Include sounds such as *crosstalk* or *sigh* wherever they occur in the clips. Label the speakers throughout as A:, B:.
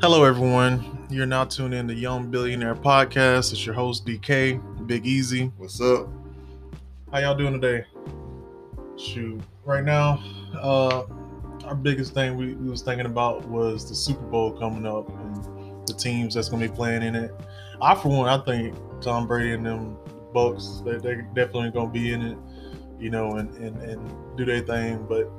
A: Hello, everyone. You're now tuned in to Young Billionaire Podcast. It's your host DK, Big Easy.
B: What's up?
A: How y'all doing today? Shoot, right now, uh, our biggest thing we, we was thinking about was the Super Bowl coming up and the teams that's going to be playing in it. I, for one, I think Tom Brady and them Bucks, they they definitely going to be in it, you know, and, and and do their thing. But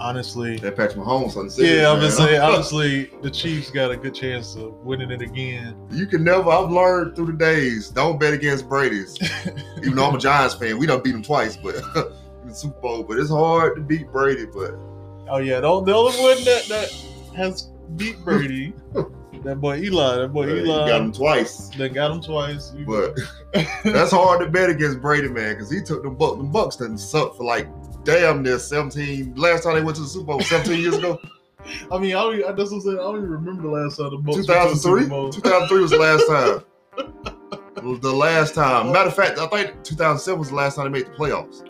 A: honestly,
B: That Patrick Mahomes on the
A: yeah, I'm
B: man.
A: just
B: *laughs*
A: saying. Honestly, the Chiefs got a good chance of winning it again.
B: You can never. I've learned through the days. Don't bet against Brady's.
A: *laughs*
B: Even though I'm a Giants fan, we done beat him twice, but *laughs* in the Super Bowl. But it's hard to beat Brady. But
A: Oh yeah, the, the only one that, that has beat
B: *laughs*
A: Brady, that boy Eli, that boy
B: uh, you
A: Eli,
B: got him twice.
A: they got him twice. You-
B: But *laughs* that's hard to bet against Brady, man, because he took the buck. The Bucks done sucked for like damn near 17. Last time they went to the Super Bowl, 17 years ago,
A: I mean, I don't, even- that's what I'm saying. I don't even remember the last time the Bucks went to the Super
B: 2003.
A: Bowl.
B: 2003 was the last
A: *laughs*
B: time. The last time. Matter of fact, I think 2007 was the last time they made the
A: *laughs*
B: playoffs.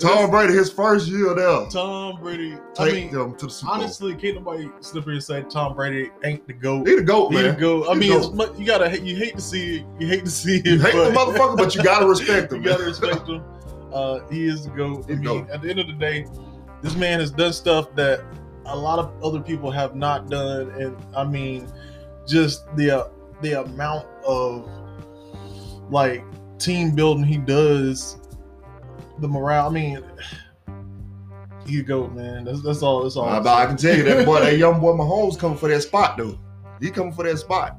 B: Tom Brady, his first year there.
A: Tom Brady. I
B: take
A: mean,
B: them to the Super Bowl.
A: honestly, can't nobody slip here and say Tom Brady ain't the goat.
B: He the goat,
A: He the
B: man.
A: goat. I
B: He
A: mean,
B: the
A: it's,
B: GOAT.
A: mu- you gotta hate- you hate to see it. You hate to see it.
B: You hate the
A: but-
B: motherfucker, but you gotta respect him.
A: *laughs* You gotta respect him. Uh, he is the goat. I
B: He's
A: mean,
B: GOAT.
A: at the end of the day, this man has done stuff that a lot of other people have not done, and I mean, just the uh, the amount of like team building he does, the morale. I mean, *sighs* he a goat, man. That's that's all. That's all.
B: Nah, but I can tell you that boy, that young boy Mahomes coming for that spot, though. He coming for that spot.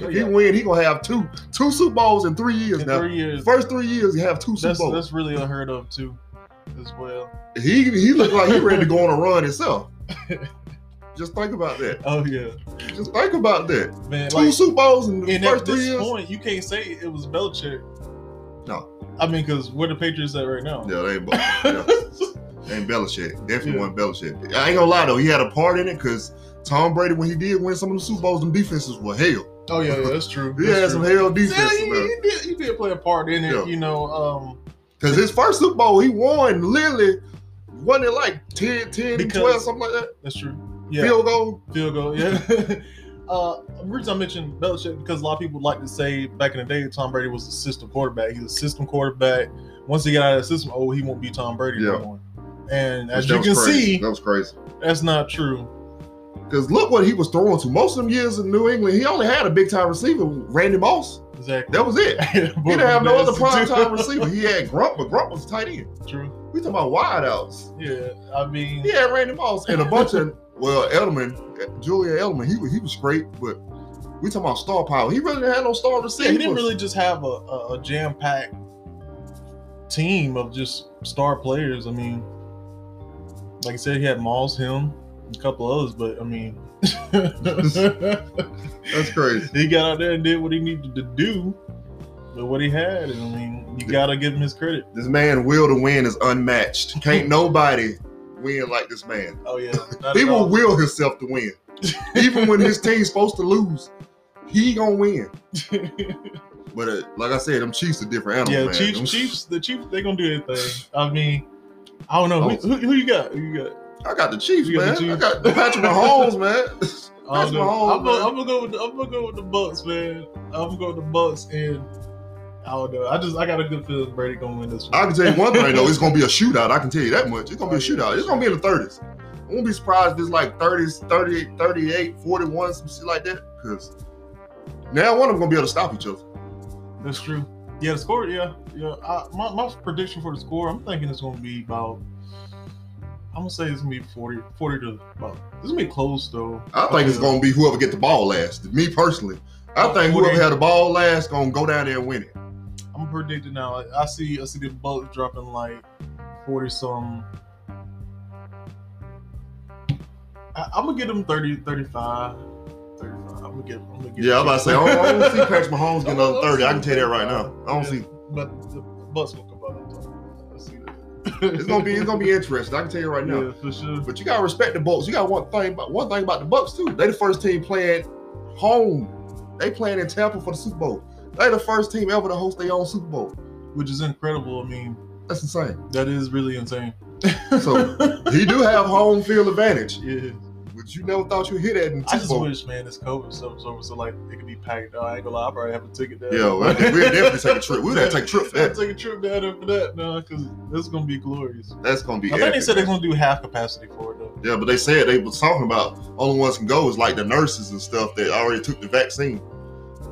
B: If
A: Oh,
B: he
A: yeah.
B: win, he gonna have two two Super Bowls in three years
A: In
B: now.
A: three years,
B: First three years, he have two Super
A: that's
B: Bowls.
A: that's really unheard of too, as well.
B: He he looked like
A: *laughs*
B: he ready to go on a run himself. Just think about that.
A: Oh yeah,
B: Just think about that.
A: man.
B: Two
A: like-
B: Super Bowls in the
A: And
B: first
A: at
B: three
A: this
B: years.
A: point, you can't say it was Belichick.
B: No.
A: I mean, because where the Patriots at right now?
B: Yeah,
A: *laughs*
B: they ain't. Yeah. And Belichick. Definitely
A: Yeah.
B: won Belichick. I ain't gonna lie though, he had a part in it because Tom Brady, when he did win some of the Super Bowls, them defenses were hell.
A: oh yeah, yeah, that's true.
B: He
A: That's
B: had
A: true.
B: some hell
A: Yeah,
B: defenses,
A: he,
B: man.
A: he did, he did play a part in it,
B: Yeah.
A: you know. Um,
B: Because his first Super Bowl, he won literally, wasn't it like 10, 10,
A: Because-
B: 12, something like that?
A: that's true. Yeah, field,
B: Field goal.
A: goal. Yeah. *laughs* uh, the reason I mentioned Belichick because a lot of people like to say back in the day Tom Brady was a system quarterback. He's a system quarterback. Once he got out of the system, oh, he won't be Tom Brady
B: Yeah.
A: no more. And as
B: That
A: you
B: was
A: can
B: crazy.
A: see,
B: that was crazy.
A: that's not true.
B: Because look what he was throwing to. Most of them years in New England, he only had a big time receiver, Randy Moss.
A: Exactly. *laughs*
B: That was it.
A: he
B: He didn't
A: *laughs*
B: have no other prime time receiver. He had Grump, but Grump was tight end.
A: True.
B: We talking about wideouts.
A: Yeah, I mean,
B: He had Randy Moss and a
A: *laughs*
B: bunch of well, Edelman, Julia Edelman. He was he was great, but we talking about star power. He really didn't have no star
A: yeah,
B: receivers.
A: he didn't really just have a, a, a jam packed team of just star players. I mean, like I said, he had Moss, him, and a couple others, but I mean, *laughs*
B: That's crazy.
A: he got out there and did what he needed to do with what he had. And I mean, you got to give him his credit.
B: This man will to win is unmatched.
A: *laughs*
B: Can't nobody win like this man.
A: Oh, yeah. *laughs* not
B: He
A: at
B: will
A: all.
B: will himself to
A: *laughs*
B: win, even when his team's supposed to lose. He gonna
A: *laughs*
B: win. But uh, like I said, them Chiefs are different animals.
A: yeah,
B: man.
A: Chiefs,
B: Them-
A: Chiefs, the Chiefs, they're going to do their thing. I mean, I don't know. Who, who, who you got? Who you got?
B: I got the Chiefs,
A: You got
B: man.
A: the
B: I
A: Chiefs.
B: got Patrick Mahomes,
A: *laughs*
B: man.
A: I
B: That's
A: don't know.
B: my
A: I'm gonna I'm
B: home,
A: gonna go with the, I'm gonna go with the Bucks, man. I'm gonna go with the Bucks, and I don't know. I just I got a good feeling Brady gonna win this
B: I
A: one.
B: can tell you one thing though, it's gonna be a shootout. I can tell you that much. It's gonna be a
A: Oh, yeah.
B: shootout. It's gonna be in the thirties. I won't be surprised if it's like 30s, 38, 38, 41, some shit like that. Cause now one of them gonna be able to stop each other.
A: That's true. Yeah, the score. Yeah, yeah. I, my my prediction for the score, I'm thinking it's gonna be about. I'm gonna say it's gonna be 40, 40 to about. It's gonna be close though.
B: I think
A: Oh,
B: it's gonna be whoever get the ball last. Me personally. I think whoever had the ball last gonna go down there and win it.
A: I'm predicting now. Like, I see I see the Bucks dropping like forty some. I, I'm gonna get them 30, 35, 35. I'm gonna get. I'm gonna get.
B: Yeah, I'm about to say, I don't, I don't see Patrick Mahomes getting another
A: I don't
B: 30. I
A: see
B: can tell you that right now. I don't
A: Yeah.
B: see
A: *laughs* But the Bucks will come out. I see that.
B: it's gonna be it's gonna be interesting. I can tell you right now.
A: Yeah, for sure.
B: But you gotta respect the Bucks. You got one thing about one thing about the Bucks too. They the first team playing home. They playing in Tampa for the Super Bowl. They the first team ever to host their own Super Bowl.
A: Which is incredible. I mean,
B: That's insane. *laughs*
A: that is really insane. *laughs*
B: So he do have home field advantage,
A: yeah,
B: which 'Cause You never thought you'd hear that in
A: I just
B: T-Bone.
A: wish, man, this COVID stuff was over so like it could be packed. Uh, I ain't gonna lie, I probably have a ticket down.
B: Yo, I think we'll
A: *laughs*
B: definitely take a trip. We'll have to take a trip for
A: I'll
B: that.
A: take a trip down there for that, no, because it's gonna be glorious.
B: That's gonna be.
A: I think they
B: epic,
A: said
B: man.
A: they're gonna do half capacity for it though.
B: Yeah, but they said they was talking about only ones can go is like the nurses and stuff that already took the vaccine,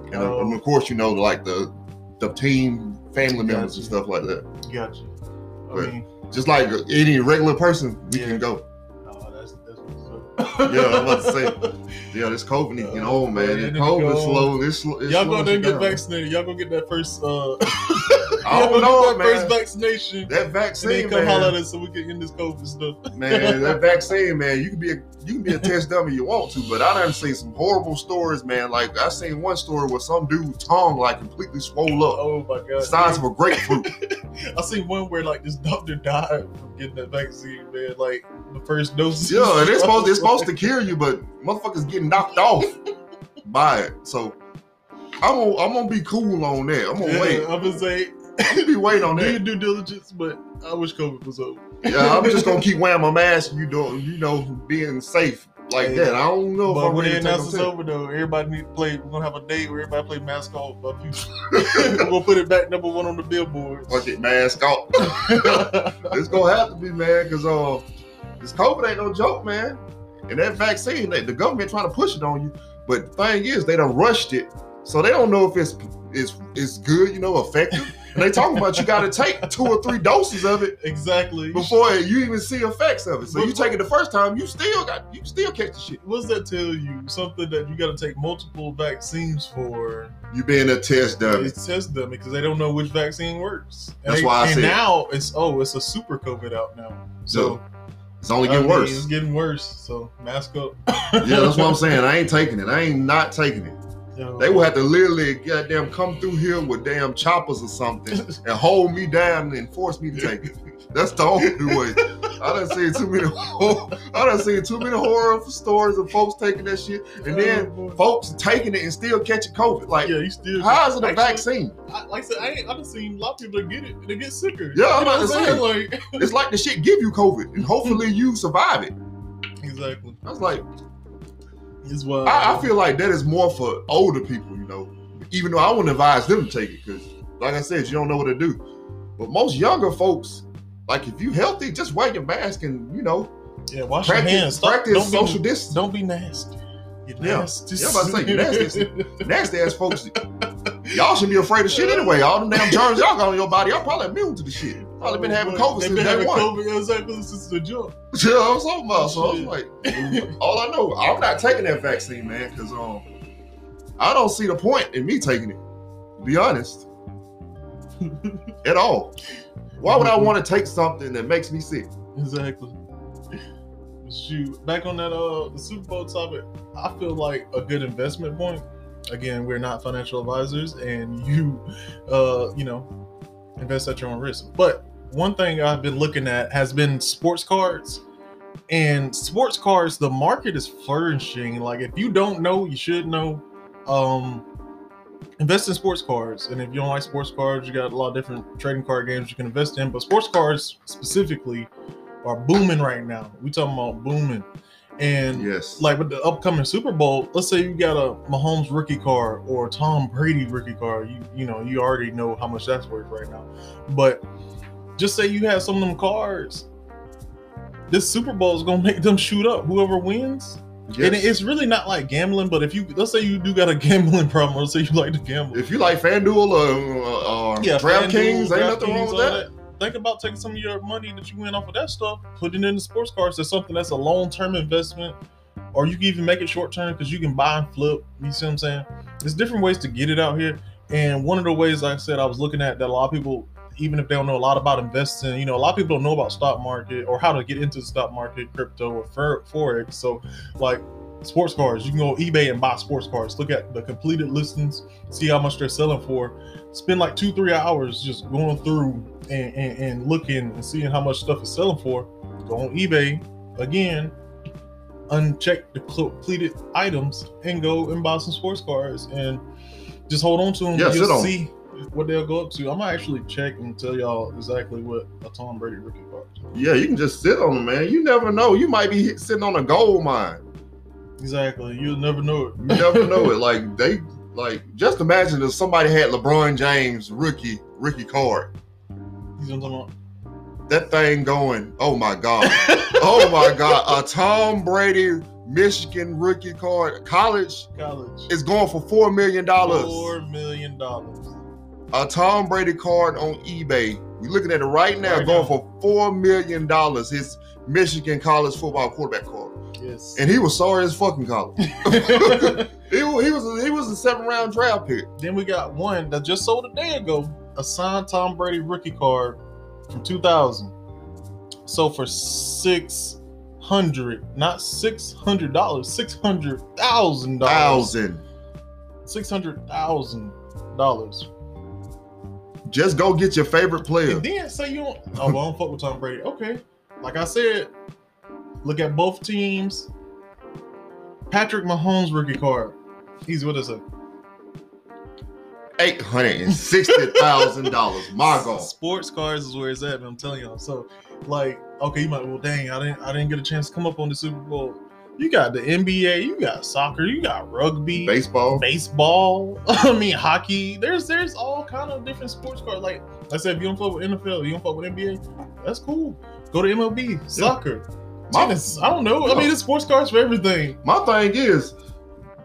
B: and, uh,
A: Oh.
B: and of course you know like the the team family
A: Gotcha.
B: members and stuff like that.
A: Gotcha. I
B: Right.
A: mean,
B: Just like any regular person, we
A: Yeah.
B: can go.
A: oh, that's that's what's
B: Yeah,
A: up.
B: I'm about to
A: *laughs*
B: say. Yeah, this COVID need to get on, man.
A: Yeah, Uh, it need
B: This
A: to
B: COVID
A: go.
B: is slow. It's slow. It's
A: Y'all
B: slow
A: go there and get
B: down.
A: vaccinated. Y'all go get that first. Uh, *laughs*
B: I
A: y'all go
B: don't know,
A: get that first
B: man.
A: vaccination.
B: That
A: And then
B: vaccine,
A: come holler at
B: man,
A: us so we can end this COVID stuff.
B: man, that vaccine, man. You can be a you can be a test dummy you want to, but I done seen some horrible stories, man. Like I seen one story where some dude's tongue like completely swole up.
A: Oh my god!
B: size of a
A: *laughs*
B: grapefruit.
A: I seen one where like this doctor died from getting that vaccine, man. Like the first dose.
B: yeah, and it's supposed it's supposed to cure you, but motherfuckers getting knocked off by it. So I'm gonna I'm gonna be cool on that. I'm
A: *laughs*
B: gonna
A: Yeah,
B: wait.
A: I'm gonna say
B: I'm gonna be waiting on
A: do your *laughs*
B: that.
A: due diligence, but I wish COVID was over.
B: Yeah, I'm just gonna keep wearing my mask. You don't you know being safe like
A: Yeah.
B: that. I don't know if
A: But
B: I'm
A: when
B: ready
A: they
B: to take
A: announce it's
B: them
A: over, though, everybody need to play. We're gonna have a day where everybody play mask off. But we're *laughs* gonna put it back number one on the billboards.
B: *laughs* Fuck it, mask off. it's gonna have to be man, cause uh, this COVID ain't no joke, man. And that vaccine, that the government trying to push it on you, but the thing is, they done rushed it, so they don't know if it's it's it's good, you know, effective. And they talking about you got to take two or three doses of it
A: exactly.
B: before you even see effects of it. So you take it the first time, you still got you still catch the shit.
A: What does that tell you? Something that you got to take multiple vaccines for.
B: You being a test dummy.
A: It's test them because they don't know which vaccine works. And
B: That's
A: they-
B: why I
A: and
B: said-
A: now it's oh, it's a super COVID out now. So
B: It's only
A: I
B: getting
A: mean, *laughs*
B: worse.
A: It's getting worse. So mask up.
B: yeah, that's what I'm saying. I ain't taking it. I ain't not taking it. They will have to literally goddamn come through here with damn choppers
A: *laughs*
B: or something and hold me down and force me to take it. That's the only way. I done seen too many. hor- I done seen too many horror stories of folks taking that shit and then folks taking it and still catching COVID. Like,
A: Oh, yeah, you still.
B: how is it a
A: Actually,
B: vaccine?
A: I, like I said, I ain't, I've seen a lot of people that get it. and They get sicker.
B: Yeah, I'm
A: You know
B: about to
A: what
B: say.
A: saying? Like,
B: It's like the shit give you COVID and hopefully you survive it.
A: exactly.
B: I was like,
A: It's wild.
B: I, I feel like that is more for older people, you know. Even though I wouldn't advise them to take it because, like I said, you don't know what to do. But most younger folks, like if you healthy, just wear your mask and you know
A: Yeah, wash
B: practice,
A: your hands. Stop,
B: practice
A: don't
B: social
A: be,
B: distancing.
A: Don't be nasty. You're
B: Yeah.
A: nasty.
B: Yeah, I'm about to say, you're
A: *laughs*
B: nasty. Nasty ass folks, y'all should be afraid of shit anyway. All them damn germs y'all got on your body, y'all probably immune to the shit. Probably been having COVID
A: They've
B: since
A: been
B: day
A: having
B: one.
A: COVID exactly since the jump.
B: *laughs* Yeah, I was talking about. So I was like, all I know, I'm not taking that vaccine, man, because um, I don't see the point in me taking it. To
A: *laughs*
B: be honest, at all. Why
A: Mm-hmm.
B: would I want to take something that makes me sick?
A: Exactly. Shoot, back on that uh the Super Bowl topic, I feel like a good investment point. Again, we're not financial advisors, and *laughs* you, uh, you know, invest at your own risk. But one thing I've been looking at has been sports cards, and sports cards. The market is flourishing. Like if you don't know, you should know. Um, invest in sports cards, and if you don't like sports cards, you got a lot of different trading card games you can invest in. But sports cards specifically are booming right now. We talking about booming, and
B: Yes.
A: like with the upcoming Super Bowl, let's say you got a Mahomes rookie card or a Tom Brady rookie card, you you know you already know how much that's worth right now. But just say you have some of them cards, this Super Bowl is gonna *laughs* make them shoot up. Whoever wins,
B: Yes.
A: and it's really not like gambling. But if you let's say you do got a gambling *laughs* problem, or let's say you like to gamble,
B: if you like FanDuel or uh, uh,
A: yeah,
B: DraftKings,
A: FanDuel,
B: ain't nothing wrong
A: DraftKings,
B: with
A: all
B: that.
A: Think about taking some of your money that you win off of that stuff, putting it in the sports cards. That's something that's a long term investment, or you can even make it short term because you can buy and flip. You see what I'm saying? There's different ways to get it out here. And one of the ways, like I said, I was looking at that a lot of people, even if they don't know a lot about investing, you know, a lot of people don't know about stock market or how to get into the stock market, crypto, or fer- forex. So, like sports cards, you can go eBay and buy sports cards. Look at the completed listings, see how much they're selling for spend like two three hours just going through and, and, and looking and seeing how much stuff is selling for go on ebay again uncheck the cl- completed items and go and buy some sports cards and just hold on to them
B: Yeah, sit
A: you'll
B: on 'em.
A: see what they'll go up to i'm gonna actually check and tell y'all exactly what a tom brady rookie card is.
B: Yeah, you can just sit on them, man. You never know. You might be hit, sitting on a gold mine.
A: Exactly. You'll never know it.
B: You never know
A: *laughs*
B: it. Like they like just imagine if somebody had LeBron James rookie rookie card.
A: He's on talking about.
B: That thing going, oh my God. oh my God. A Tom Brady Michigan rookie card college
A: College.
B: is going for four million dollars.
A: Four million dollars.
B: A Tom Brady card on eBay. We're looking at it right now,
A: Right
B: going
A: now.
B: for four million dollars. His Michigan college football quarterback card.
A: Yes.
B: And he was sorry as fucking college.
A: *laughs*
B: He was he was he was a seven round draft pick.
A: then we got one that just sold a day ago, a signed Tom Brady rookie card from 2000. So for 600, not $600, $600,000.
B: Thousand.
A: $600,000.
B: Just go get your favorite
A: *laughs*
B: player.
A: And then say you don't, oh, well, I don't fuck with Tom Brady. Okay. Like I said, look at both teams. Patrick Mahomes rookie card. He's what is it?
B: Eight hundred and sixty thousand dollars. My God.
A: Sports cars is where it's at, man. I'm telling y'all. So, like, okay, you might well, dang, I didn't, I didn't get a chance to come up on the Super Bowl. You got the NBA, you got soccer, you got rugby,
B: Baseball.
A: baseball. *laughs* I mean, hockey. There's, there's all kind of different sports cars. Like I said, if you don't fuck with NFL, you don't fuck with NBA. That's cool. Go to MLB, soccer,
B: My-
A: tennis. I don't know. I mean, it's sports cars for everything.
B: My thing is,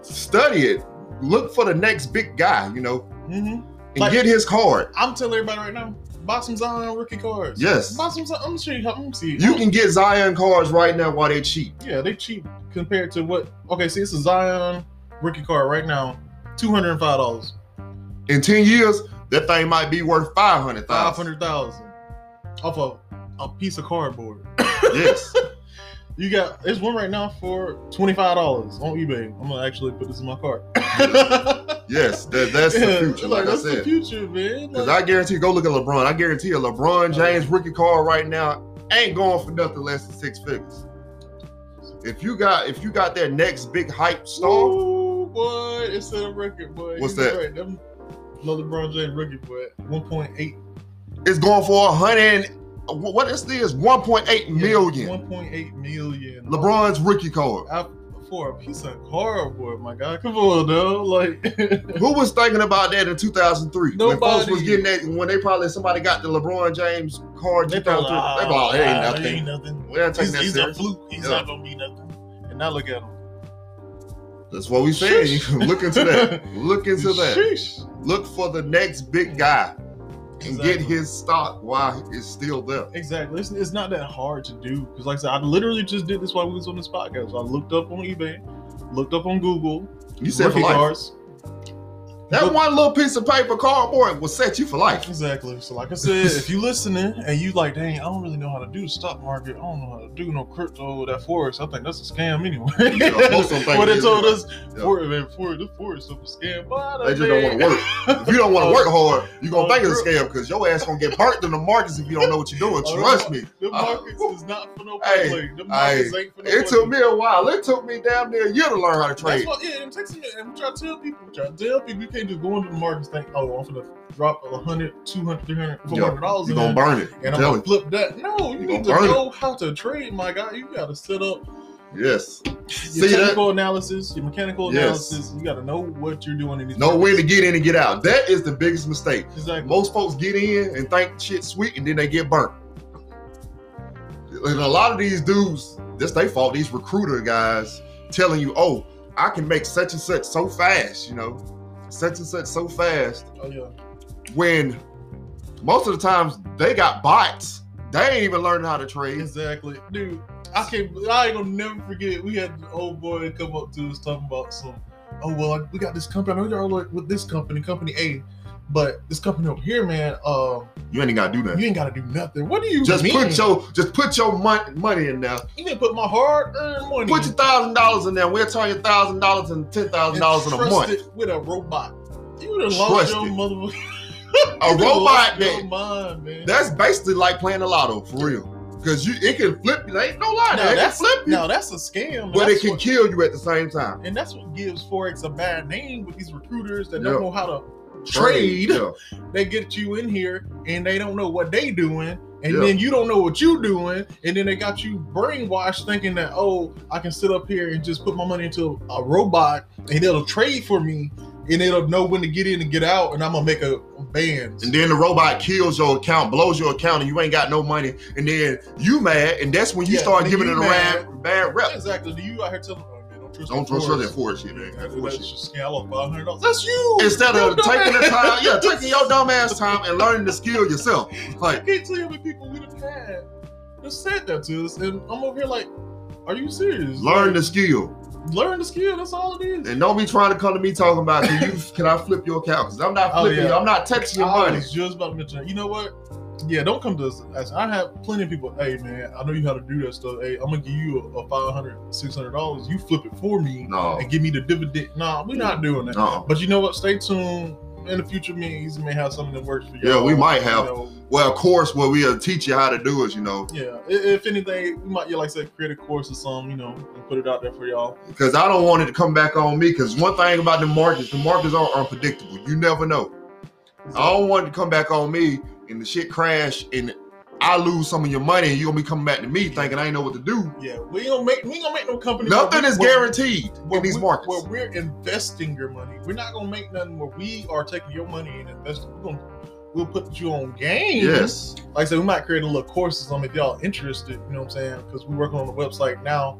B: study it. Look for the next big guy, you know,
A: hmm
B: and
A: Like-
B: get his card.
A: I'm telling everybody right now, buy some Zion rookie cards.
B: Yes.
A: Buy some. Zion- I'm sure you. I'm see.
B: You can get Zion cards right now while they cheap.
A: Yeah, they cheap compared to what. Okay, see, it's a Zion rookie card right now, two hundred and five dollars,
B: In ten years, that thing might be worth five hundred
A: five
B: thousand.
A: hundred thousand, off a, a piece of cardboard.
B: Yes.
A: You got there's one right now for twenty five dollars on eBay. I'm gonna actually put this in my cart. *laughs*
B: Yes. That, that's the
A: Yeah,
B: future. Like,
A: that's
B: I
A: the
B: said.
A: future, man.
B: Because
A: Like,
B: I guarantee, go look at LeBron. I guarantee a
A: Oh,
B: LeBron James rookie card right now ain't going for nothing less than six figures. If you got if you got that next big hype star,
A: Ooh, boy, it's a record, boy.
B: What's
A: You
B: that?
A: Right. Them, no LeBron James rookie, boy. One point eight
B: it's going for a hundred. and- What is this? One point eight million.
A: One point eight million.
B: LeBron's rookie card.
A: I, for a piece of cardboard, my guy. Come on, though. Like, *laughs*
B: Who was thinking about that in 2003? When folks
A: Nobody.
B: was getting that, when they probably somebody got the LeBron James card.
A: they
B: 2003.
A: probably,
B: they probably, "Oh, it ain't
A: "Ah,
B: nothing.
A: it ain't nothing.
B: We're not taking
A: He's,
B: that
A: he's a
B: serious.
A: fluke. He's
B: Yeah.
A: not gonna be nothing. And now look at him.
B: That's what we said.
A: Sheesh.
B: *laughs* Look into
A: *laughs*
B: that. Look into that.
A: Sheesh.
B: look for the next big guy and
A: Exactly.
B: get his stock while it's still there.
A: Exactly. It's, it's not that hard to do because, like I said, I literally just did this while we was on this podcast. I looked up on eBay, looked up on Google.
B: You said for
A: rookie
B: life.
A: cards.
B: That one little piece of paper cardboard will set you for life.
A: *laughs* Exactly. So, like I said, if you listening and you like, dang, I don't really know how to do the stock market. I don't know how to do no crypto or that forex. I think that's a scam anyway.
B: Yeah, most of them think
A: what
B: it
A: they
B: is
A: told
B: anyway.
A: us,
B: Yeah.
A: for man, for the forex stuff is a scam. But
B: They just don't want to work. If you don't want to work hard, you're
A: Oh,
B: gonna think it's a
A: bro.
B: scam because your ass gonna get burnt in the markets if you don't know what you're doing.
A: Oh,
B: Trust me.
A: The
B: Uh,
A: markets
B: *laughs*
A: is not for no
B: hey,
A: public. The markets ain't for no
B: It took
A: public.
B: me a while. It took me damn near a year to learn how to
A: That's
B: trade.
A: what, yeah, it takes me. And we try to tell people, we try to tell people, you can't just go into the markets and think, oh, I'm gonna drop 100, 200, 300, 400 dollars.
B: You're gonna burn it. I'm
A: and I'm gonna
B: telling
A: flip that. No, you need
B: You
A: to
B: gonna burn it.
A: know how to trade, my guy. You gotta set up
B: you. Yes.
A: your
B: See that?
A: technical analysis, your mechanical
B: Yes.
A: analysis. You gotta know what you're doing in these.
B: Know when
A: markets.
B: to get in and get out. That is the biggest mistake.
A: Exactly.
B: Most folks get in and think shit's sweet and then they get burnt. And a lot of these dudes, that's they fault, these recruiter guys telling you, oh, I can make such and such so fast, you know, such and such so fast.
A: Oh yeah.
B: When most of the times they got bots. They ain't even learning how to trade.
A: Exactly, dude. I can't. I ain't gonna never forget. We had an old boy come up to us talking about some. Oh well, like, we got this company. I know y'all like with this company, company A, but this company over here, man. Uh,
B: You ain't even gotta do
A: you
B: that.
A: ain't gotta do nothing. What do you
B: Just
A: mean?
B: put your just put your mon- money in there.
A: you didn't put my hard earned money.
B: Put your thousand dollars in there. We'll turn your thousand dollars and ten thousand dollars in a
A: Entrust
B: month.
A: it with a robot. You done lost
B: Trust
A: your
B: it.
A: motherfucker. *laughs*
B: A robot that
A: Your mind, man.
B: That's basically like playing the lotto for real, because you it can flip you. There ain't no lie,
A: No,
B: there. it can
A: that's-
B: flip you,
A: now that's a scam. and
B: but
A: that's
B: it can
A: what-
B: kill you at the same time.
A: and that's what gives forex a bad name with these recruiters that
B: Yeah.
A: don't know how to trade.
B: yeah.
A: They get you in here and they don't know what they doing. and
B: Yeah.
A: then you don't know what you're doing, and then they got you brainwashed thinking that oh, I can sit up here and just put my money into a robot, and it'll trade for me, and it'll know when to get in and get out, and I'm gonna make a band.
B: And then the robot kills your account, blows your account, and you ain't got no money. And then you mad, and that's when you
A: Yeah,
B: start
A: then
B: giving
A: you
B: it a
A: mad.
B: bad, bad rep.
A: Exactly. Do you out here telling? Oh, man, don't trust
B: Don't
A: that
B: trust her
A: force.
B: that force shit, man. That
A: That's
B: force shit.
A: just scale up $500. That's you.
B: Instead
A: You
B: of
A: dumb
B: taking the
A: ass.
B: time, yeah,
A: *laughs*
B: taking your dumb ass time and learning the skill yourself.
A: I
B: Like,
A: can't tell you how many people we've had that said that to us, and I'm over here like, are you serious?
B: learn the skill.
A: learn the skill. That's all it is.
B: And don't be trying to come to me talking about can you can I flip your account? Because I'm not
A: Oh,
B: flipping,
A: yeah.
B: I'm not touching your
A: I
B: money.
A: was just about to mention that. You know what? Yeah, don't come to us. as- I have plenty of people. Hey, man, I know you how to do that stuff. Hey, I'm gonna give you a, a 500 dollars. You flip it for me
B: No.
A: and give me the dividend. Nah, we're not doing that.
B: No.
A: But you know what? Stay tuned. In the future, me and Easy may have something that works for you.
B: Yeah, we might have.
A: You know,
B: Well, of course, what we'll teach you how to do is, you know,
A: yeah, i- if anything, we might, yeah, like I said, create a course or something, you know, and put it out there for y'all.
B: because I don't want it to come back on me. Because one thing about the markets, the markets are unpredictable. You never know. I don't want it to come back on me and the shit crash and I lose some of your money and you're gonna be coming back to me thinking I ain't know what to do.
A: Yeah, we don't make we don't make no company.
B: Nothing is
A: guaranteed.
B: guaranteed
A: where
B: in these
A: we-
B: markets.
A: Where we're investing your money. We're not gonna make nothing where we are taking your money and investing. We're gonna we'll put you on game.
B: Yes.
A: Like I said, we might create a little course or something if y'all interested, you know what I'm saying? Because we're working on a website now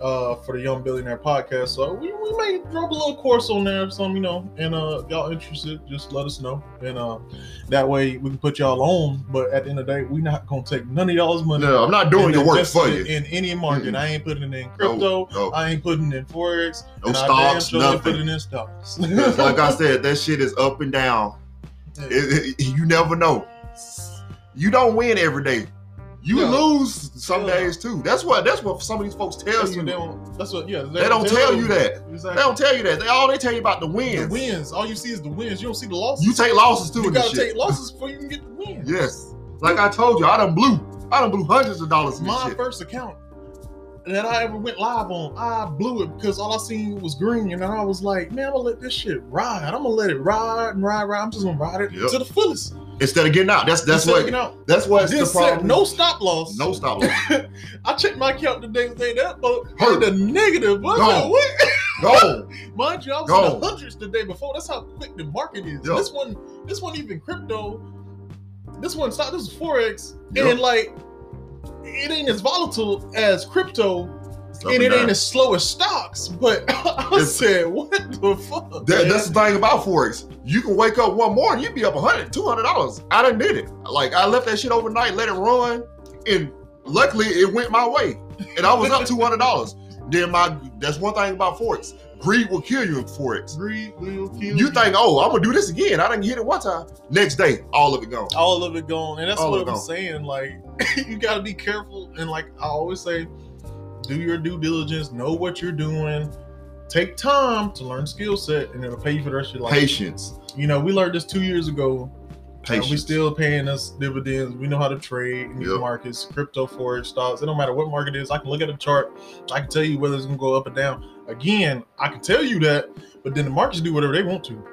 A: uh for the Young Billionaire podcast. So we, we may drop a little course on there or something, you know. And uh if y'all interested, just let us know. And uh that way we can put y'all on. But at the end of the day, we're not gonna take none of y'all's money.
B: No, I'm not doing
A: and
B: your work
A: investing
B: for
A: it *laughs*
B: you.
A: in any market.
B: Mm-mm.
A: I ain't putting it in
B: No,
A: crypto.
B: no,
A: I ain't putting in forex.
B: no
A: and I damn
B: stocks,
A: sure ain't
B: nothing.
A: Putting in
B: *laughs*
A: stocks.
B: Because
A: *laughs*
B: like I said, that shit is up and down. It- it- you never know. You don't win every day. You
A: Yeah.
B: lose some
A: Yeah.
B: days too. That's what that's what some of these folks tell
A: that's
B: you.
A: what they
B: They
A: don't. That's what. Yeah, they,
B: don't tell you that. They
A: Exactly.
B: don't tell you that. They all they tell you about the wins.
A: The wins. All you see is the wins. You don't see the losses.
B: You take losses too
A: You
B: in this
A: gotta
B: shit.
A: take losses before you can get the wins.
B: yes. Like I told you, I done blew. I done blew hundreds of dollars in this
A: My
B: shit.
A: first account that I ever went live on, I blew it because all I seen was green, and I was like, man, I'm gonna let this shit ride. I'm gonna let it ride and ride, ride. I'm just gonna ride it
B: Yep.
A: to the fullest.
B: Instead of getting out, that's that's
A: Instead of
B: what
A: getting out.
B: that's what's
A: Then
B: the
A: set
B: problem.
A: no stop loss. *laughs*
B: no stop loss.
A: I checked my account today. Say that, but
B: Hurt.
A: the negative. What?
B: Gone.
A: what?
B: Go.
A: Mind you, I was in
B: Go.
A: the hundreds the day before. That's how quick the market is.
B: Yeah.
A: This one, this one even crypto. This one stock. This is forex,
B: Yeah.
A: and like it ain't as volatile as crypto, and it ain't as slow as stocks. But *laughs* I
B: It's-
A: said, what the fuck?
B: That,
A: man?
B: that's the thing about Forex. You can wake up one morning, you be up 100 $200. I done did it. Like, I left that shit overnight, let it run, and luckily it went my way. And I was up $200. Then my, that's one thing about Forex. Greed will kill you in Forex.
A: greed will kill
B: You think, oh, I'm gonna do this again. I didn't hit it one time. Next day, all of it gone.
A: all of it gone. And that's
B: All
A: what
B: of
A: I'm
B: it gone.
A: saying. Like, *laughs* you got to be careful. And like I always say, do your due diligence, know what you're doing, take time to learn skill set, and it'll pay you for that shit. Like,
B: Patience.
A: you know, we learned this two years ago. and
B: Patience.
A: we still paying us dividends. We know how to trade in these
B: Yep.
A: markets, crypto, forex, stocks. It don't matter what market it is. I can look at a chart. I can tell you whether it's gonna go up or down. Again, I can tell you that, but then the markets do whatever they want to.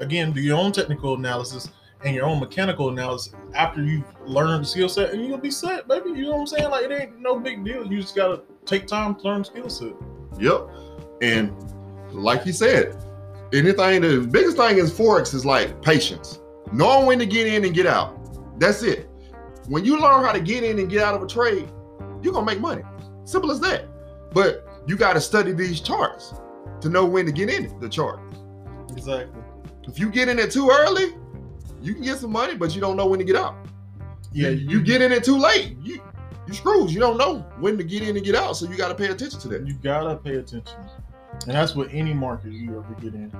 A: Again, do your own technical analysis and your own mechanical analysis after you've learned the skill set, and you'll be set, baby. You know what I'm saying? Like it ain't no big deal. You just gotta take time to learn the skill set.
B: Yep. And like you said, anything the biggest thing is forex is like patience. Knowing when to get in and get out. That's it. When you learn how to get in and get out of a trade, you're gonna make money. Simple as that. But you gotta study these charts to know when to get in the chart.
A: Exactly.
B: If you get in it too early, you can get some money, but you don't know when to get out.
A: Yeah,
B: you, you get in it too late. You you screws. You don't know when to get in and get out, so you gotta pay attention to that.
A: You gotta pay attention, and that's with any market you ever get in.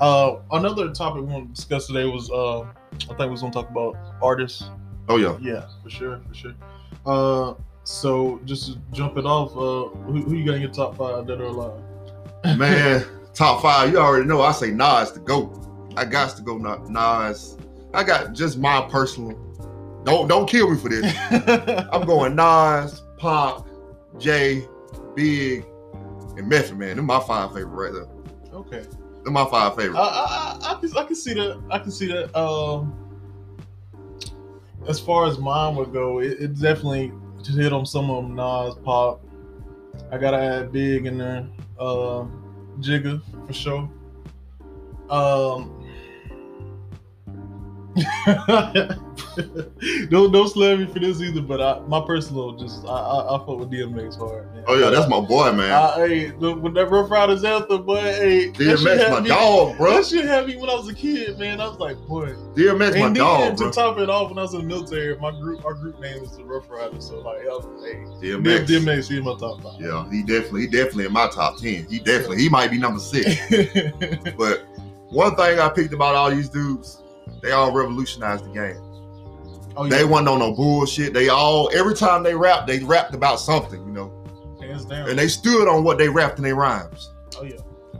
A: Uh, another topic we want to discuss today was uh, I think we was gonna talk about artists.
B: Oh yeah.
A: Yeah, for sure, for sure. Uh, so just to jump it off. Uh, who, who you got in your top five that are alive?
B: Man, top five. You already know. I say Nas to go. I got to go Na- Nas. I got just my personal. Don't don't kill me
A: *laughs*
B: for this. I'm going Nas, Pop, Jay, Big, and Method Man. Them my five favorite right there.
A: okay.
B: Them my five
A: I,
B: favorite.
A: I, I, I can I can see that. I can see that. Um, as far as mine would go, it, it definitely hit on some of them Nas pop. I gotta add Big in there, uh, Jigga for sure. Um, *laughs* don't don't slam me for this either, but I, my personal just I I, I fuck with DMX hard. Man.
B: Oh yeah, that's my boy, man.
A: I, hey, look, when that Rough Riders anthem, boy, hey, uh, that shit
B: DMX,
A: had
B: my
A: me-
B: dog, bro.
A: That shit had me when I was a kid, man. I was like, boy,
B: DMX, my
A: and then
B: dog, bro.
A: to top it off, when I was in the military, my group, our group name was the Rough Riders. So like, I was, hey, DMX,
B: DMX.
A: DMX he in my top five.
B: Yeah, he definitely, he definitely in my top ten. He definitely, he might be number six. But one thing I picked about all these dudes, they all revolutionized the game.
A: *laughs* oh
B: They
A: yeah,
B: wasn't on no bullshit. They all every time they rapped, they rapped about something, you know.
A: hands down.
B: And they stood on what they rapped in their rhymes.
A: oh yeah,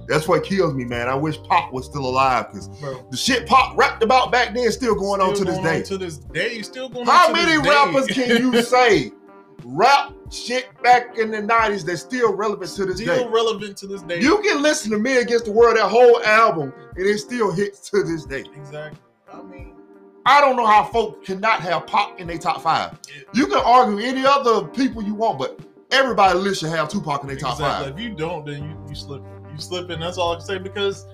B: That's what kills me, man. I wish Pop was still alive because
A: bro.
B: the shit Pop rapped about back then still going on
A: Still
B: to this
A: going
B: day.
A: on To this day, still going. on
B: How
A: to
B: many
A: this day.
B: rappers can
A: *laughs*
B: you say rap shit back in the 90s that's still relevant to this
A: still
B: day?
A: relevant to this day?
B: You can listen to Me Against the World, that whole album, and it still hits to this day.
A: exactly. I mean,
B: I don't know how folk cannot have Pop in their top five.
A: Yeah.
B: You can argue any other people you want, but everybody list should have Tupac in their top
A: exactly.
B: five.
A: If you don't, then you you slip. You slipping. That's all I can say because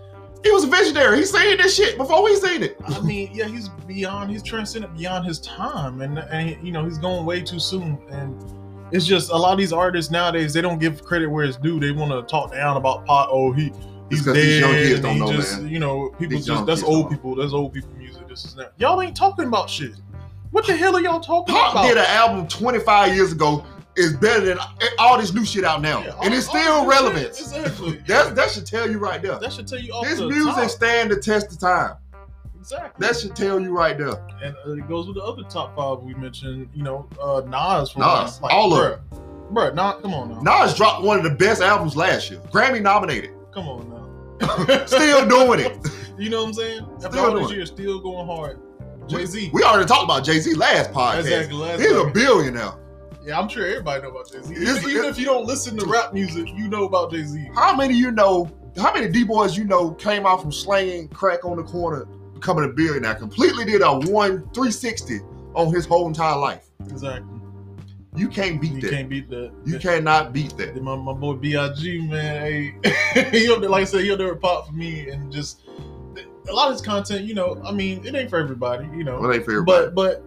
B: He was a visionary. He seen this shit before we seen it.
A: I mean, yeah, he's beyond. He's transcendent beyond his time, and and you know he's going way too soon. And it's just a lot of these artists nowadays they don't give credit where it's due. They want to talk down about pot. Oh, he he's dead.
B: 'cause these young kids
A: and
B: don't
A: he
B: know,
A: just,
B: man.
A: You know, people
B: These young
A: just that's
B: kids don't
A: old
B: know.
A: people. That's old people music. This is that. Y'all ain't talking about shit. What the hell are y'all talking
B: Pop
A: about?
B: did an album 25 years ago is better than all this new shit out now,
A: Yeah,
B: and
A: all-
B: it's
A: all
B: still
A: this shit-
B: relevant.
A: Exactly.
B: That's that should tell you right there.
A: that should tell you all
B: This
A: the
B: music
A: top.
B: stand the test of time.
A: Exactly.
B: That should tell you right there.
A: and uh, it goes with the other top five we mentioned. You know, uh, Nas from
B: Nas, all of
A: them. Bruh, Nas, come on now,
B: Nas dropped one of the best albums last year, Grammy nominated,
A: come on now.
B: still doing it.
A: you know what I'm saying? After
B: Still
A: all
B: doing
A: these
B: it.
A: years, still going hard. Jay Z,
B: We already talked about Jay Z last podcast.
A: exactly. That's
B: He's a
A: right.
B: billionaire.
A: yeah, I'm sure everybody know about Jay Z.
B: It's-
A: Even, even
B: it's-
A: if you don't listen to rap music, you know about Jay Z.
B: How many you know? How many D boys you know came out from slanging crack on the corner, becoming a billionaire? Completely did a one 360 on his whole entire life.
A: Exactly.
B: You can't beat
A: You
B: that.
A: can't beat that.
B: You cannot beat that.
A: Then my, my boy Big man, hey, *laughs* he up there like I said, he up there with pop for me, and just a lot of his content. You know, I mean, it ain't for everybody. You know,
B: Well, they fair,
A: But but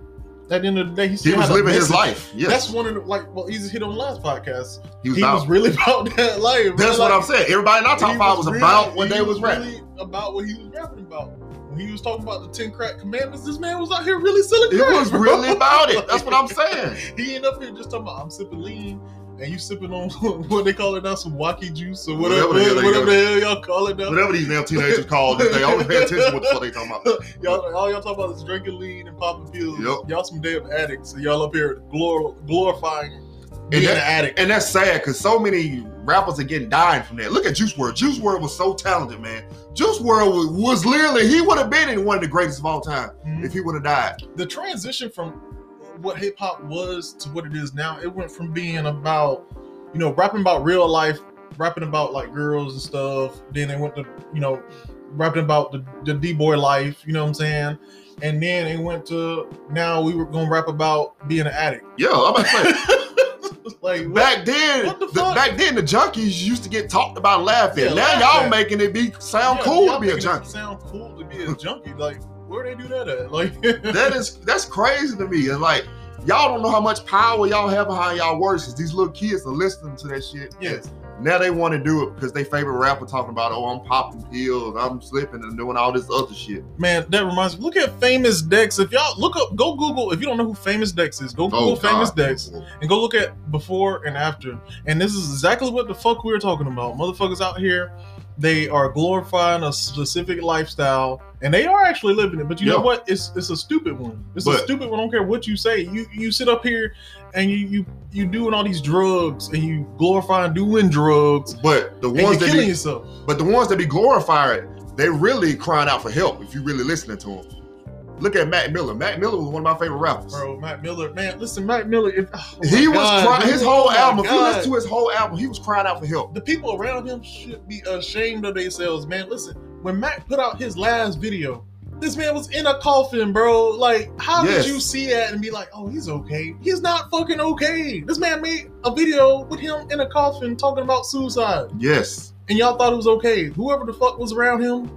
A: at the end of the day, he
B: he
A: still
B: was
A: had a
B: living his
A: message.
B: life. Yes,
A: That's one of the like well, he's hit on last podcast.
B: he was,
A: He
B: about-
A: was really *laughs* about that life. man.
B: That's what
A: Like,
B: I'm saying. Everybody in our top
A: he
B: five was
A: really-
B: about what
A: he
B: they was rapping.
A: really about what he was rapping about. When he was talking about the ten crack commandments, this man was out here really selling
B: It
A: crack.
B: was
A: bro. *laughs*
B: really about it. That's what I'm saying.
A: He ain't up here just talking about I'm sipping lean and you sipping on *laughs* what they call it now, some wacky juice or whatever,
B: Whatever the hell
A: whatever,
B: they
A: the hell y'all call it now.
B: Whatever these damn teenagers call this, they always pay attention to what the fuck they talking about.
A: Y'all, all y'all talk about is drinking lean and popping pills.
B: Yep.
A: Y'all some damn addicts. So y'all up here glor- glorifying being
B: that-
A: an addict.
B: And that's sad because so many rappers are getting dying from that. Look at Juice World. Juice World was so talented, man. Juice World was, was literally he would have been in one of the greatest of all time if he would have died.
A: Hmm? The transition from what hip hop was to what it is now, it went from being about, you know, rapping about real life, rapping about like girls and stuff. Then they went to, you know, rapping about the, the D boy life, you know what I'm saying? And then it went to now we were gonna rap about being an addict. *laughs*
B: Yeah, I'm about to say.
A: like *laughs* what-
B: Back then,
A: What the
B: the-
A: fuck?
B: back then the junkies used to get talked about laughing.
A: Yeah,
B: now
A: laugh
B: y'all
A: at.
B: making it be sound
A: yeah,
B: cool
A: y'all
B: to be a
A: making it
B: junkie.
A: Sound cool to be a junkie. Like where they do that at? Like *laughs*
B: that is that's crazy to me. And like y'all don't know how much power y'all have behind y'all words 'cause these little kids are listening to that shit.
A: yes,
B: Now they want to do it because they favorite rapper talking about, oh, I'm popping pills, I'm slipping and doing all this other shit.
A: man, that reminds me. Look at Famous Dex. If y'all look up, go Google. If you don't know who Famous Dex is, go Google Famous
B: Oh, God.
A: Dex. and go look at before and after. And this is exactly what the fuck we were talking about. Motherfuckers out here, they are glorifying a specific lifestyle, and they are actually living it. But you know
B: Yeah.
A: what? It's it's a stupid one. It's
B: But-
A: a stupid one. I don't care what you say. You you sit up here and you you you doing all these drugs and you glorifying doing drugs
B: But the
A: and you're
B: ones that
A: killing
B: be,
A: yourself.
B: but the ones that be glorified, they really crying out for help if you really listening to them. Look at Matt Miller. Matt Miller was one of my favorite rappers.
A: Bro, Matt Miller, man, listen, Matt Miller, if, oh my
B: he was
A: God,
B: crying
A: dude,
B: his
A: oh
B: whole
A: my
B: album. If you
A: God.
B: listen to his whole album, he was crying out for help.
A: the people around him should be ashamed of themselves, man. Listen, when Mac put out his last video, This man was in a coffin, bro. Like, how
B: Yes.
A: did you see that and be like, "Oh, he's okay"? He's not fucking okay. This man made a video with him in a coffin talking about suicide,
B: Yes.
A: and y'all thought it was okay. Whoever the fuck was around him,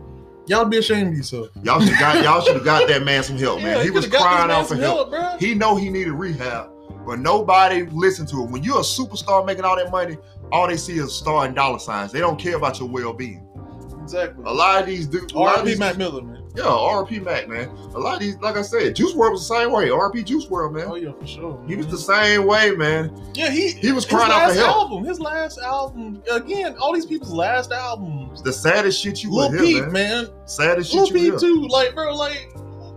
A: y'all be ashamed of yourself.
B: Y'all should got y'all should have got that man some help, Oh, man.
A: Yeah,
B: he was
A: coulda got this
B: crying
A: man
B: out for
A: some
B: help.
A: bro.
B: He know he needed rehab, but nobody listened to him. When you're a superstar making all that money, all they see is star and dollar signs. They don't care about your well-being.
A: exactly.
B: A lot of these dudes, a lot of
A: R.I.P.
B: these-
A: Mac Miller, man.
B: yeah, RP Mac, man. A lot of these, like I said, Juice World was the same way. RP Juice World, man.
A: Oh yeah, for sure.
B: He was
A: man.
B: the same way, man.
A: yeah Mm-hmm. he
B: He was
A: His
B: crying out
A: last
B: for help.
A: album, his last album, again, all these people's last albums.
B: The saddest shit you
A: Lil
B: would hear,
A: Peep,
B: man.
A: man.
B: Saddest shit
A: Lil
B: you
A: Peep
B: would hear.
A: too. Like, bro, like,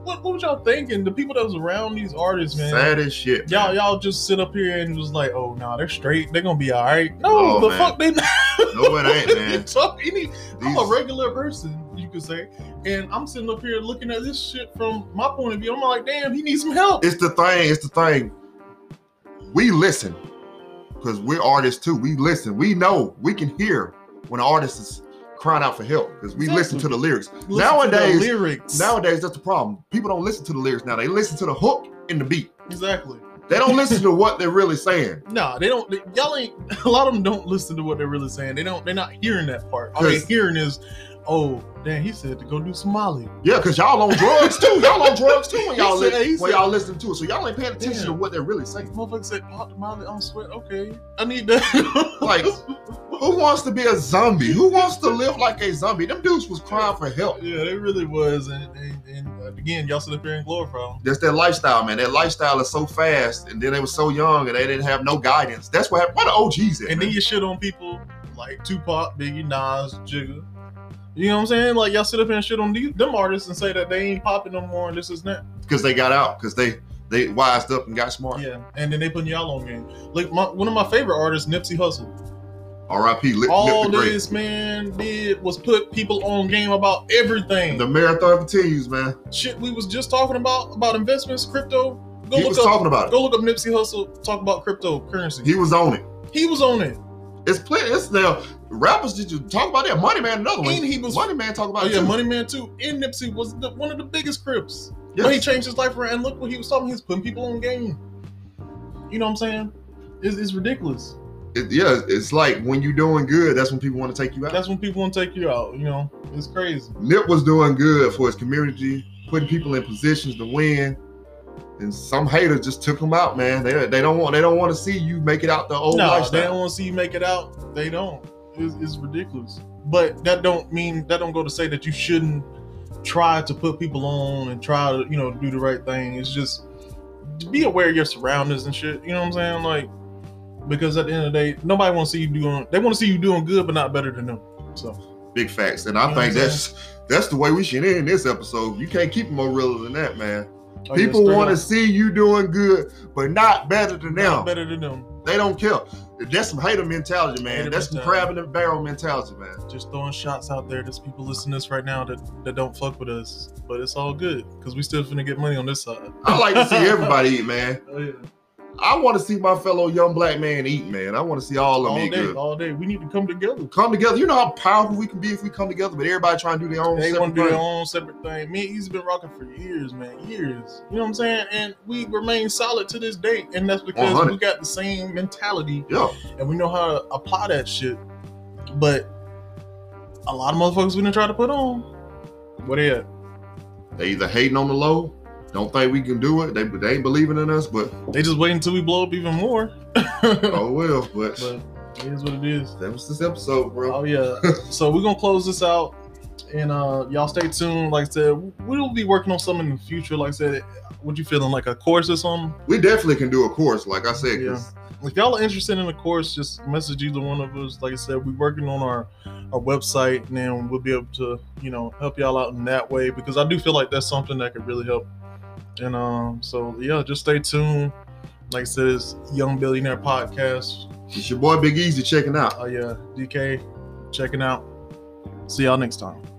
A: what, what was y'all thinking? The people that was around these artists, man.
B: Saddest shit.
A: Y'all, y'all just sit up here and was like, "Oh, nah, they're straight. They're gonna be all right." No,
B: Oh,
A: the
B: man.
A: fuck they not.
B: No, it
A: *laughs*
B: ain't,
A: You
B: man.
A: talk- any- I'm a
B: These-
A: regular person, you could say, and I'm sitting up here looking at this shit from my point of view. I'm like, "Damn, he needs some help."
B: it's the thing. It's the thing. We listen because we're artists too. We listen. We know. We can hear when an artist is crying out for help because we listen
A: Exactly.
B: to the lyrics.
A: Listen to
B: nowadays-
A: the lyrics.
B: Nowadays, that's the problem. People don't listen to the lyrics now. They listen to the hook and the beat.
A: exactly.
B: They don't listen to what they're really saying.
A: Nah, they don't. They, y'all ain't. *laughs* A lot of them don't listen to what they're really saying. They don't. They're not hearing that part. All they're
B: 'Cause-
A: hearing is, "Oh, damn, he said to go do some Molly."
B: Yeah, because y'all on drugs too. Y'all on drugs too when
A: He
B: y'all,
A: said-
B: li-
A: he
B: when
A: said-
B: y'all listen to it. So y'all ain't paying attention
A: Yeah.
B: to what they're really saying.
A: Motherfucker said, "Pop the Molly on sweat." Okay, I need that. *laughs*
B: Like, who wants to be a zombie? Who wants to live like a zombie? Them dudes was crying for help.
A: yeah, they really was. And, and, and uh, again, y'all sit up here and glorify them.
B: That's their lifestyle, man. Their lifestyle is so fast, and then they were so young, and they didn't have no guidance. That's what happened. Why the OGs at,
A: And then
B: man?
A: you shit on people like Tupac, Biggie, Nas, Jigga. You know what I'm saying? Like y'all sit up here and shit on these, them artists and say that they ain't popping no more and this is that.
B: Because they got out, because they they wised up and got smart.
A: Yeah, and then they putting y'all on game. Like my, one of my favorite artists, Nipsey Hussle.
B: R.I.P. Lip,
A: all
B: Lip the Great.
A: this man did was put people on game about everything.
B: The marathon continues, man.
A: shit we was just talking about about investments, crypto. Go
B: He
A: look
B: was
A: up.
B: talking about it.
A: Go look up Nipsey Hussle. Talk about cryptocurrency. He,
B: He was on it.
A: was on it.
B: It's plenty. It's now rappers. Did you talk about that? Money Man, another one.
A: And he was-
B: Money Man. Talk about
A: Oh
B: it
A: yeah,
B: too.
A: Money Man too. And Nipsey was the, one of the biggest crips.
B: Yes.
A: But he changed his life around. And look what he was talking. He's putting people on game. You know what I'm saying? It's, it's ridiculous.
B: It- yeah, it's like when you're doing good, that's when people want to take you out.
A: That's when people want to take you out. You know, it's crazy.
B: Nip was doing good for his community, putting people in positions to win. And some hater just took him out, man. They, they don't want they don't want to see you make it out the old
A: no,
B: lifestyle.
A: they don't want to see you make it out. They don't. It's, it's ridiculous. But that don't mean that don't go to say that you shouldn't try to put people on and try to you know do the right thing. It's just be aware of your surroundings and shit. You know what I'm saying? Like because at the end of the day, nobody wants to see you doing. They want to see you doing good, but not better than them. So
B: Big facts. And I
A: You know
B: think
A: what I'm
B: that's that's the way we should end this episode. You can't keep it more real than that, man.
A: I guess
B: people
A: they're
B: want to
A: not-
B: see you doing good, but not better than
A: not
B: them.
A: better than them.
B: They don't care. That's some hater mentality, man.
A: Hater
B: that's some
A: mentality.
B: crab in the barrel mentality, man.
A: Just throwing shots out there. There's people listening to us right now that that don't fuck with us, but it's all good because we still finna get money on this side.
B: I like to see everybody eat, man.
A: Oh, yeah.
B: I want to see my fellow young black man eat, man. I want to see all of them
A: all
B: eat
A: day,
B: good.
A: all day. We need to come together.
B: come together. You know how powerful we can be if we come together, but everybody trying to do their own
A: They
B: separate
A: want to do their
B: thing.
A: own separate thing. Me and E's been rocking for years, man, years. You know what I'm saying? And we remain solid to this day, and that's because
B: 100.
A: we got the same mentality
B: Yeah,
A: and we know how to apply that shit. But a lot of motherfuckers we done try to put on. What they at?
B: they either hating on the low, don't think we can do it. They they ain't believing in
A: *laughs*
B: us, but
A: They just wait until we blow up even more.
B: oh well. But,
A: But it is what it is.
B: that was this episode, bro.
A: Oh yeah. so we're gonna close this out, and uh, y'all stay tuned. Like I said, we'll be working on something in the future. Like I said, what you feeling like a course or something?
B: We definitely can do a course, like I said. 'cause
A: If y'all are interested in a course, just message either one of us. Like I said, we're working on our our website, and then we'll be able to you know help y'all out in that way because I do feel like that's something that could really help. And um, so yeah, just stay tuned. Like I said, it's Young Billionaire Podcast.
B: It's your boy Big Easy checking out.
A: Oh yeah, DK, checking out. See y'all next time.